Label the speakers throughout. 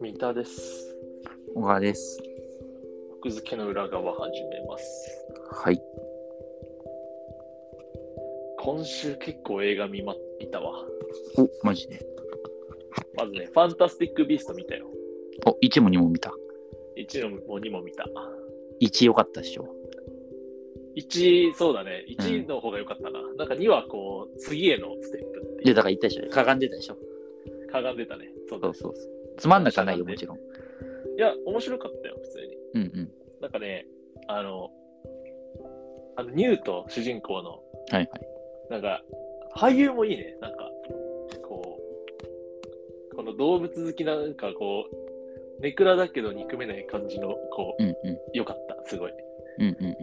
Speaker 1: 三田です。
Speaker 2: 小川です。
Speaker 1: 奥付けの裏側始めます。
Speaker 2: はい。
Speaker 1: 今週結構映画見ま、見たわ。
Speaker 2: お、マジで。
Speaker 1: まずね、ファンタスティックビースト見たよ。
Speaker 2: お、1も2も見た。
Speaker 1: 1も2も見た。
Speaker 2: 1良かったっしょ。
Speaker 1: 1、そうだね。1の方が良かったな。なんか2はこう、次へのステップってい
Speaker 2: で、
Speaker 1: う。
Speaker 2: だから言ったでしょ。かがんでたでしょ。
Speaker 1: かがんでたね。そう
Speaker 2: そ
Speaker 1: だ
Speaker 2: う。そうそう。つまんなくはないよ、
Speaker 1: しゃがんで
Speaker 2: もちろん。
Speaker 1: いや、面白かったよ、普通に。
Speaker 2: うんうん。
Speaker 1: なんかね、あの、あのニュート主人公の、
Speaker 2: はい
Speaker 1: なんか、俳優もいいね。なんか、こう、この動物好きな、なんかこう、ネクラだけど憎めない感じの、こう、
Speaker 2: はい。うんうん。
Speaker 1: 良かった、すごい。
Speaker 2: うんうんうん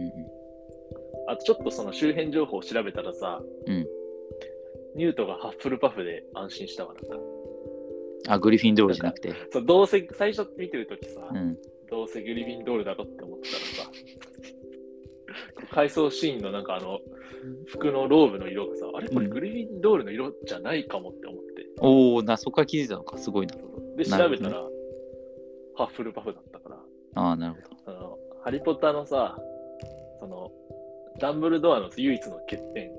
Speaker 1: あと、ちょっとその周辺情報を調べたらさ、
Speaker 2: うん
Speaker 1: ニュートがハッフルパフで安心したわ、なんか。
Speaker 2: うん。あ、グリフィンドールじゃなくて。
Speaker 1: そうどうせ、最初見てるときさ、
Speaker 2: うん。
Speaker 1: どうせグリビンドールだろって思ってたらさ、回想シーンのなんかあの、服のローブの色がさ、あれこれ
Speaker 2: うん
Speaker 1: グリビンドールの色じゃないかもって思って。
Speaker 2: おー、な、そこから気づいたのか。すごいな。
Speaker 1: で、
Speaker 2: な
Speaker 1: 調
Speaker 2: るほ
Speaker 1: べ
Speaker 2: ど
Speaker 1: た
Speaker 2: ね
Speaker 1: ら、ハッフルパフだったから、
Speaker 2: あー、なるほど。
Speaker 1: あの、ハリポッターのさ、その、ダンブルドアの唯一の欠点、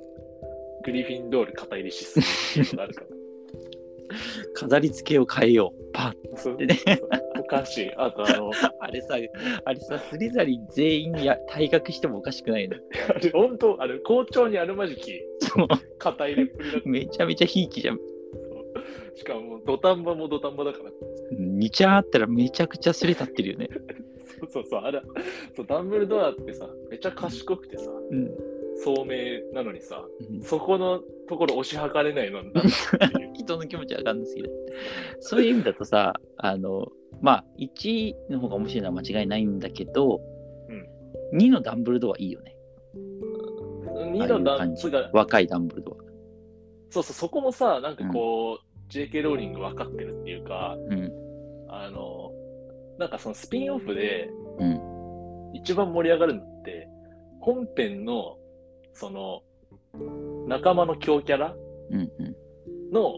Speaker 1: グリフィンドール肩入りしすぎっていうのがあるから。
Speaker 2: 飾り付けを変えよう。パッ。
Speaker 1: そう
Speaker 2: でね
Speaker 1: そう おかしい。あと、あの、
Speaker 2: あれさ、あれさ、スリザリン全員や退学してもおかしくないの。
Speaker 1: あれ本当、あれ、校長にあるまじき、
Speaker 2: そう
Speaker 1: 肩入れっぷりだった。
Speaker 2: めちゃめちゃひいきじゃん。
Speaker 1: そうしかも、土壇場も土壇場だから。
Speaker 2: にちゃーあったらめちゃくちゃすれ立ってるよね。
Speaker 1: そうそうそう、あれ、そうダンブルドアってさ、めっちゃ賢くてさ、
Speaker 2: うん。
Speaker 1: 聡明なのにさ、
Speaker 2: うん。
Speaker 1: そこのところ押し量れないのなんだっていう
Speaker 2: 人の気持ちわかんなすぎる。そういう意味だとさ、あの、まあ、1の方が面白いのは間違いないんだけど、2のダンブルドアいいよね。
Speaker 1: 二の
Speaker 2: ああいう
Speaker 1: ダン
Speaker 2: 感
Speaker 1: つ
Speaker 2: じ
Speaker 1: うか
Speaker 2: 若いダンブルドア。
Speaker 1: そうそう、そこもさ、なんかこう、JK ローリング分かってるっていうか、
Speaker 2: うん。
Speaker 1: あの、なんかそのスピンオフで
Speaker 2: うん。
Speaker 1: 一番盛り上がるのって、本編の、その、仲間の強キャラ
Speaker 2: うん。うん。
Speaker 1: の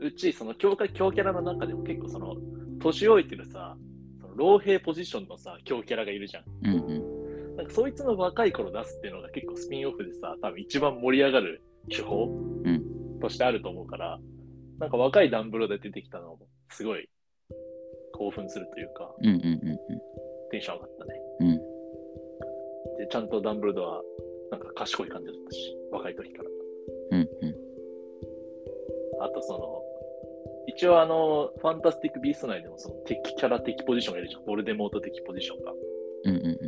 Speaker 1: うち、その強キャ強キャラの中でも結構その、年老いてるさ、その老兵ポジションのさ、強キャラがいるじゃん。
Speaker 2: うん。うん。
Speaker 1: なんかそいつの若い頃出すっていうのが結構スピンオフでさ、多分一番盛り上がる手法、としてあると思うから、なんか若いダンブロで出てきたのもすごい興奮するというか、
Speaker 2: うん。うん。うん。
Speaker 1: テンション上がったね。
Speaker 2: うん。
Speaker 1: で、ちゃんとダンブルドはなんか賢い感じだったし、若い時から。
Speaker 2: うん。うん。
Speaker 1: あとその、一応あの、ファンタスティック・ビースト内でもその敵キャラ的ポジションがいるじゃん。ボルデモート的ポジションが。
Speaker 2: うん。うん。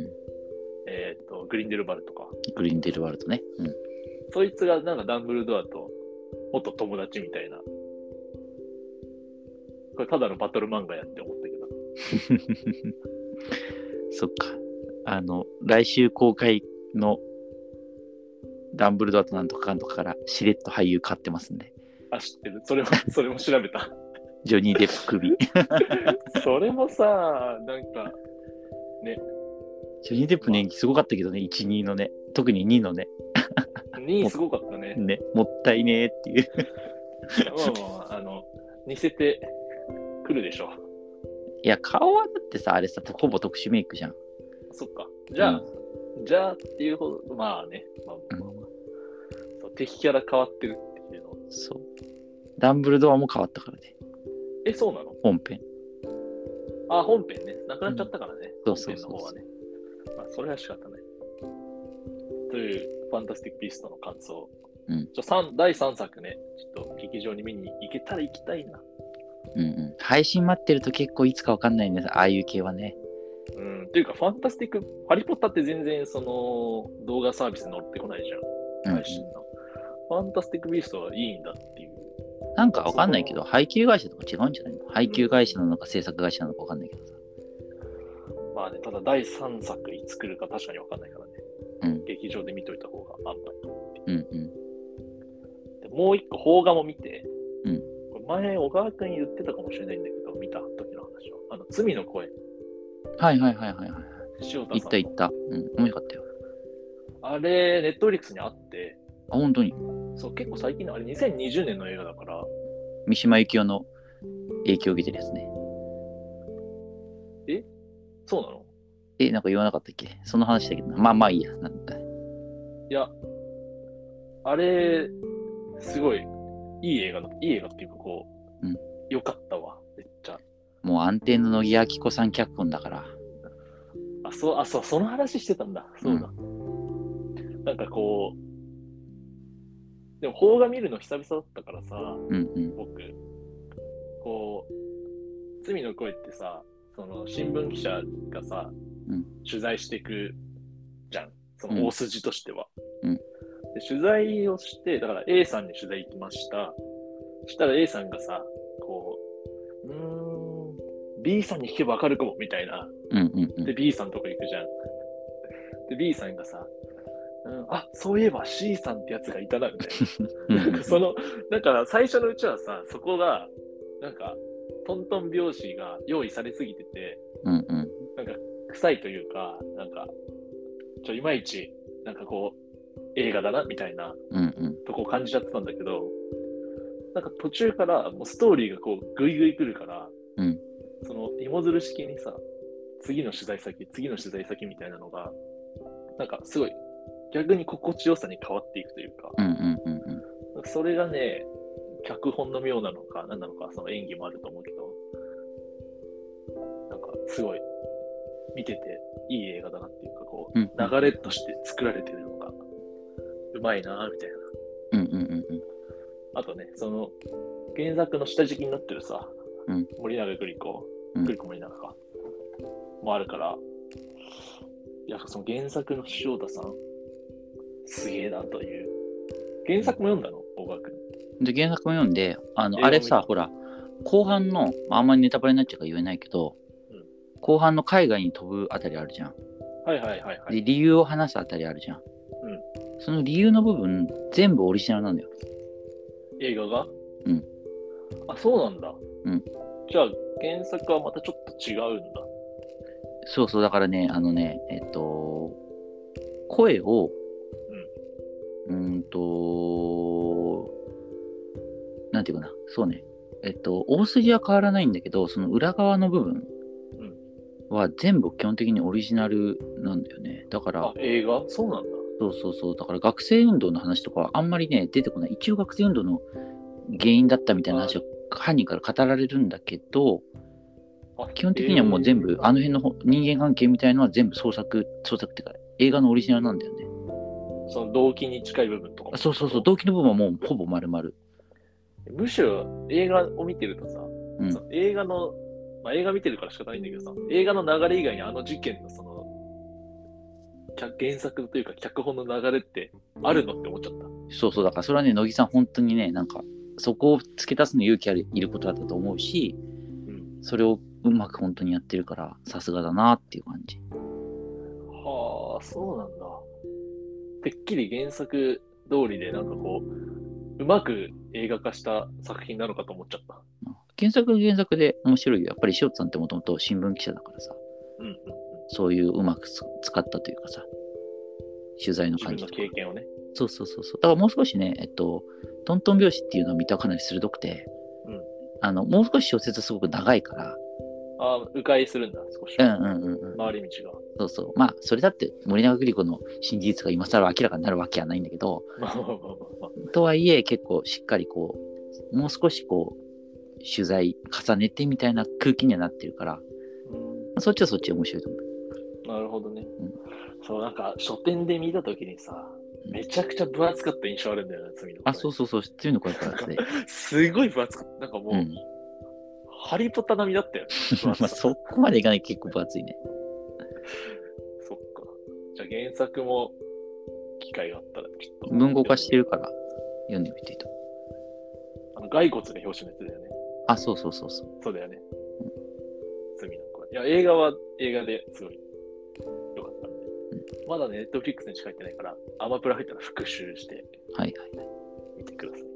Speaker 1: えっ、と、グリンデルバルとか。
Speaker 2: グリーンデルワールドね。うん。
Speaker 1: そいつがなんかダンブルドアと元友達みたいな。これただのバトル漫画やって思ったけど。
Speaker 2: そっか。あの、来週公開のダンブルドアとなんとかかんとかからしれっと俳優買ってますんで。
Speaker 1: あ、知ってる。それ も、それも調べた。
Speaker 2: ジョニー・デップ首。
Speaker 1: それもさ、なんか、
Speaker 2: ジョニー・デップの演技すごかったけどね、1、2のね。特に2のね、
Speaker 1: 2位すごかったね。
Speaker 2: ね、もったいねーっていう。
Speaker 1: ま あまあまあ、あの、似せてくるでしょ。
Speaker 2: いや、顔はだってさ、あれさ、ほぼ特殊メイクじゃん。
Speaker 1: そっか。じゃあ、じゃあっていうほど、まあね、まあまあまあそう敵キャラ変わってるっていうの。
Speaker 2: そう。ダンブルドアも変わったからね、
Speaker 1: え、そうなの
Speaker 2: 本編。
Speaker 1: あ、本編ね。なくなっちゃったからね。
Speaker 2: うん
Speaker 1: 本編の方はね。まあ、それは仕方ない。という、ファンタスティック・ビーストの感想。
Speaker 2: うん
Speaker 1: ちょ三第3作ね、ちょっと劇場に見に行けたら行きたいな。
Speaker 2: うんうん。配信待ってると結構いつかわかんないんです、ああいう系はね。
Speaker 1: うん、というか、ファンタスティック、ハリポッターって全然その動画サービス乗ってこないじゃん、
Speaker 2: うん
Speaker 1: 配信の。ファンタスティックビーストはいいんだっていう。
Speaker 2: なんかわかんないけど、配給会社とか違うんじゃないの配給会社なのか制作会社なのかわかんないけどさ。
Speaker 1: まあね、ただ第3作いつ来るか確かにわかんないからね。
Speaker 2: うん
Speaker 1: 劇場で見といた方があんまり。
Speaker 2: うんうん。
Speaker 1: でもう一個、邦画も見て、
Speaker 2: うん
Speaker 1: これ前、小川君言ってたかもしれないんだけど、見た時の話を。あの、罪の声、
Speaker 2: はいはいはいはいはい。
Speaker 1: 塩田さんの。
Speaker 2: 行った行った。うん、面白かったよ。
Speaker 1: あれ、ネットフリックスにあって、
Speaker 2: 本当に。
Speaker 1: そう、結構最近の、あれ2020年の映画だから、
Speaker 2: 三島由紀夫の影響を受けてるやつね。
Speaker 1: そうなの
Speaker 2: え、なんか言わなかったっけその話だけどな。まあまあいいや。なんか
Speaker 1: いや、あれ、すごい、いい映画だ、いい映画っていうか、こう、
Speaker 2: うん
Speaker 1: よかったわ、めっちゃ。
Speaker 2: もう安定の乃木明子さん脚本だから。
Speaker 1: あ、そう、あ、そう、その話してたんだ。そうだ。なんかこう、でも、邦画見るの久々だったからさ、
Speaker 2: うんうん。
Speaker 1: 僕、こう、罪の声ってさ、その新聞記者がさ、
Speaker 2: うん
Speaker 1: 取材していくじゃん、そ
Speaker 2: うん
Speaker 1: の大筋としては。
Speaker 2: うん
Speaker 1: で取材をして、だから A さんに取材行きました。そしたら A さんがさ、こう、うーん、B さんに聞けばわかるかもみたいな
Speaker 2: うんうんうん
Speaker 1: で、。B さんとか行くじゃん。で、B さんがさ、うん、あそういえば C さんってやつがいたなみたいな。 なんかその、だから最初のうちはさ、そこが、なんか、トントン拍子が用意されすぎてて、
Speaker 2: うんうん。
Speaker 1: 臭いというか、なんか、ちょ、いまいち、なんかこう、映画だなみたいな
Speaker 2: うんうん。
Speaker 1: とこを感じちゃってたんだけど、なんか途中からもうストーリーがこうぐいぐい来るから、
Speaker 2: うん
Speaker 1: その芋づる式にさ、次の取材先、次の取材先みたいなのが、なんかすごい逆に心地よさに変わっていくというか、
Speaker 2: うんうんうんうん。
Speaker 1: なんかそれがね、脚本の妙なのか、何なのか、その演技もあると思うけど、なんかすごい見てていい映画だなっていうか、こ
Speaker 2: うん
Speaker 1: う流れとして作られてるのが、うまいなみたいな。
Speaker 2: うんうんうんうん。
Speaker 1: あとね、その、原作の下敷きになってるさ、
Speaker 2: うん
Speaker 1: 森永グリコ、
Speaker 2: うん
Speaker 1: グリコ森永か、もあるから、いや、その原作の塩田さん、すげえなという。原作も読んだの大川君。
Speaker 2: で、原作も読んで、あ
Speaker 1: 映
Speaker 2: の、
Speaker 1: 画
Speaker 2: あれ
Speaker 1: も
Speaker 2: さ、
Speaker 1: 見
Speaker 2: ほら、後半の、まああんまりネタバレになっちゃうから言えないけど、
Speaker 1: うん
Speaker 2: 後半の海外に飛ぶあたりあるじゃん。
Speaker 1: はいはいはいはい。
Speaker 2: で、理由を話すあたりあるじゃん。その理由の部分、全部オリジナルなんだよ。
Speaker 1: 映画が
Speaker 2: うん。
Speaker 1: あ、そうなんだ。
Speaker 2: うん。
Speaker 1: じゃあ、原作はまたちょっと違うんだ。
Speaker 2: そうそう、だからね、あのね、えっと、声を、うん、んと、なんていうかな、そうね、えっと、大筋は変わらないんだけど、その裏側の部分
Speaker 1: うん
Speaker 2: は全部基本的にオリジナルなんだよね。だから
Speaker 1: あ、、映画そうなんだ。
Speaker 2: そうそうそう、だから学生運動の話とかはあんまりね、出てこない。一応学生運動の原因だったみたいな話を犯人から語られるんだけど、
Speaker 1: あ
Speaker 2: 基本的にはもう全部、あの辺のほ人間関係みたいのは全部創作、創作っていうか、映画のオリジナルなんだよね。
Speaker 1: その動機に近い部分とかも
Speaker 2: あそうそうそう、動機の部分はもうほぼ丸々。
Speaker 1: むしろ映画を見てるとさ、
Speaker 2: ん
Speaker 1: その映画の、まあ、映画見てるから仕方ないんだけどさ、映画の流れ以外にあの事件のその、脚原作というか脚本の流れってあるのって思っちゃった。
Speaker 2: そうそう、だからそれはね、乃木さん、本当にね、なんか、そこを付け足すの勇気あるいることだったと思うし、
Speaker 1: うん
Speaker 2: それをうまく本当にやってるから、さすがだなっていう感じ。
Speaker 1: はあ、そうなんだ。てっきり原作通りでなんかこう、うまく映画化した作品なのかと思っちゃった。
Speaker 2: 原作は原作で面白いよ。やっぱり塩津さんってもともと新聞記者だからさ、
Speaker 1: うんうんうん。
Speaker 2: そういううまくつ使ったというかさ、取材の
Speaker 1: 自
Speaker 2: 感
Speaker 1: 分
Speaker 2: じ
Speaker 1: の
Speaker 2: とか。
Speaker 1: 経験をね。
Speaker 2: そうそうそうそう。だからもう少しね、えっと、トントン拍子っていうのを見たらかなり鋭くて、
Speaker 1: うん
Speaker 2: あの、もう少し小説はすごく長いから、
Speaker 1: ああ、迂回するんだ、少し。
Speaker 2: うんうんうんうん。
Speaker 1: 回り道が。
Speaker 2: そうそう。まあ、それだって森永栗子の真実が今更明らかになるわけはないんだけど、
Speaker 1: まあまあまあまあ
Speaker 2: とはいえ結構しっかりこう、もう少しこう、取材重ねてみたいな空気にはなってるから、
Speaker 1: うん
Speaker 2: そっちはそっちで面白いと思う。
Speaker 1: なるほどね。
Speaker 2: うん
Speaker 1: そう、なんか書店で見たときにさ、
Speaker 2: うん
Speaker 1: めちゃくちゃ分厚かった印象あるんだよね、罪の声。
Speaker 2: あ、そうそうそう、っていうのこうやったらね。
Speaker 1: すごい分厚かった。なんかもう、
Speaker 2: うん。
Speaker 1: ハリポタ並みだったよね。分
Speaker 2: ま
Speaker 1: 厚
Speaker 2: あ、
Speaker 1: さ
Speaker 2: そこまでいかない結構分厚いね。
Speaker 1: そっか。じゃあ原作も機会があったらちょっと。
Speaker 2: 文豪化してるから、読んでみていいと思う。
Speaker 1: あの骸骨の表紙のやつだよね。
Speaker 2: あ、そうそうそうそう。
Speaker 1: そうだよね。罪の声。いや、映画は映画ですごい良かったんで。まだね、ネットフリックスにしか入ってないから、アマプラ入ったら復習して
Speaker 2: はいはいはい。
Speaker 1: みてください。